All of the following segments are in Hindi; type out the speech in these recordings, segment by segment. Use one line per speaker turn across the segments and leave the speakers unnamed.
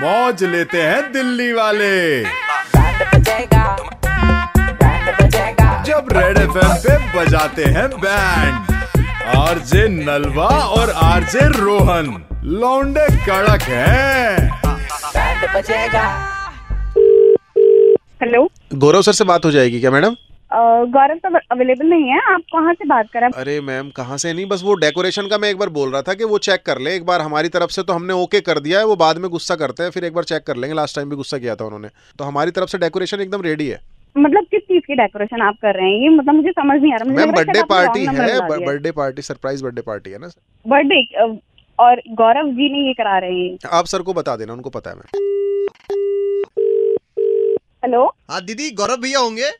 मौज लेते हैं दिल्ली वाले जब रेड एफ पे बजाते हैं बैंड आरजे नलवा और आरजे रोहन लौंडे कड़क हैं
हेलो
गौरव सर से बात हो जाएगी क्या मैडम
अ, गौरव तो अवेलेबल नहीं है आप कहाँ से बात कर रहे हैं
अरे मैम कहाँ से नहीं बस वो डेकोरेशन का मैं एक बार बोल रहा था कि वो चेक कर ले एक बार हमारी तरफ से तो हमने ओके कर दिया है वो बाद में गुस्सा करते हैं फिर एक बार चेक कर लेंगे लास्ट टाइम भी गुस्सा किया था उन्होंने तो हमारी तरफ से डेकोरेशन एकदम रेडी है
मतलब किस चीज की डेकोरेशन आप कर रहे हैं ये मतलब मुझे समझ नहीं आ रहा मुझे
मैम
लग रहा
बर्थडे
शायद आपने
पार्टी
wrong number
है
बता दिया
birthday party surprise birthday party है ना सर
बर्थडे अ, और गौरव जी ने ये करा रहे हैं
आप सर को बता देना उनको पता है मैम
हेलो
हाँ दीदी गौरव भैया होंगे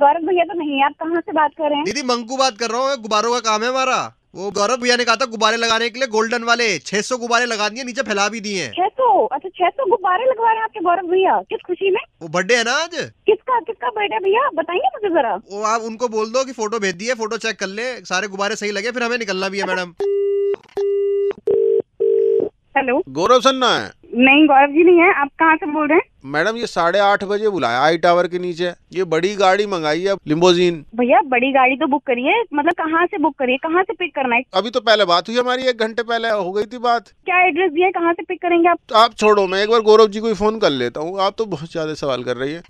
गौरव भैया तो नहीं है आप कहाँ से बात कर रहे हैं
दीदी मंकू बात कर रहा हूँ गुब्बारों का काम है हमारा वो गौरव भैया ने कहा था गुब्बारे लगाने के लिए गोल्डन वाले 600 गुब्बारे लगा दिए नीचे फैला भी दिए हैं
छह सौ अच्छा छह सौ गुब्बारे लगवा रहे हैं आपके गौरव भैया किस खुशी में
वो बर्थडे है ना आज
किसका किसका बर्थडे भैया आप बताएंगे मुझे जरा
वो आप उनको बोल दो कि फोटो भेज दिए फोटो चेक कर ले सारे गुब्बारे सही लगे फिर हमें निकलना भी है मैडम
हेलो
गौरव सर ना है
नहीं गौरव जी नहीं है आप कहाँ से बोल रहे हैं
मैडम ये साढ़े आठ बजे बुलाया आई टावर के नीचे ये बड़ी गाड़ी मंगाई है लिम्बोजीन
भैया बड़ी गाड़ी तो बुक करिए मतलब कहाँ से बुक करिए कहाँ से पिक करना है
अभी तो पहले बात हुई हमारी एक घंटे पहले हो गई थी बात
क्या एड्रेस दिया है कहाँ से पिक करेंगे आप
तो आप छोड़ो मैं एक बार गौरव जी को ही फोन कर लेता हूँ आप तो बहुत ज्यादा सवाल कर रही है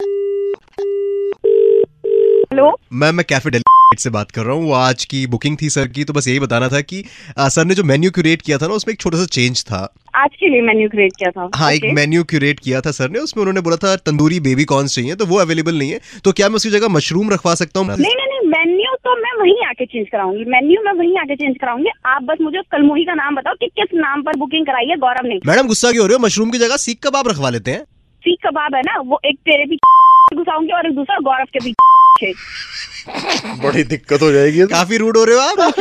हेलो
मैम मैं कैफे डेली से बात कर रहा हूँ वो आज की बुकिंग थी सर की तो बस यही बताना था कि आ, सर ने जो मेन्यू क्यूरेट किया था ना उसमें एक छोटा सा चेंज था
आज के लिए मेन्यू क्रिएट किया था
हाँ
ओके।
एक मेन्यू क्यूरेट किया था सर ने उसमें उन्होंने बोला था तंदूरी बेबी कॉर्न चाहिए तो वो अवेलेबल नहीं है तो क्या मैं उसकी जगह मशरूम रखवा सकता हूँ
नहीं नहीं नहीं मेन्यू तो मैं वहीं आके चेंज कराऊंगी मेन्यू मैं वहीं आके चेंज कराऊंगी आप बस मुझे उस कलमोही का नाम बताओ कि किस नाम पर बुकिंग कराई है गौरव ने
मैडम गुस्सा क्यों हो रहे हो मशरूम की जगह सीख कबाब रखवा लेते हैं
सीख कबाब है ना वो एक तेरे पीछे घुसाऊंगी और एक दूसरा गौरव के पीछे
बड़ी दिक्कत हो जाएगी
काफी रूड हो रहे हो आप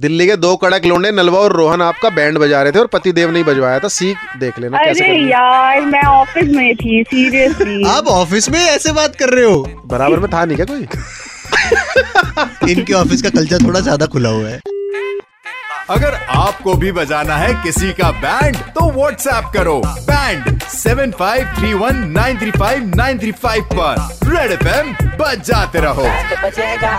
दिल्ली के दो कड़क लोंडे नलवा और रोहन आपका बैंड बजा रहे थे और पति देव नहीं बजवाया था सीख देख लेना कैसे
अरे
करनी है।
यार मैं ऑफिस में थी सीरियसली
आप ऑफिस में ऐसे बात कर रहे हो
बराबर में था नहीं क्या कोई
इनके ऑफिस का कल्चर थोड़ा ज्यादा खुला हुआ है
अगर आपको भी बजाना है किसी का बैंड तो WhatsApp करो बैंड 7531935935 पर रेड एफ बजाते रहो
बचेगा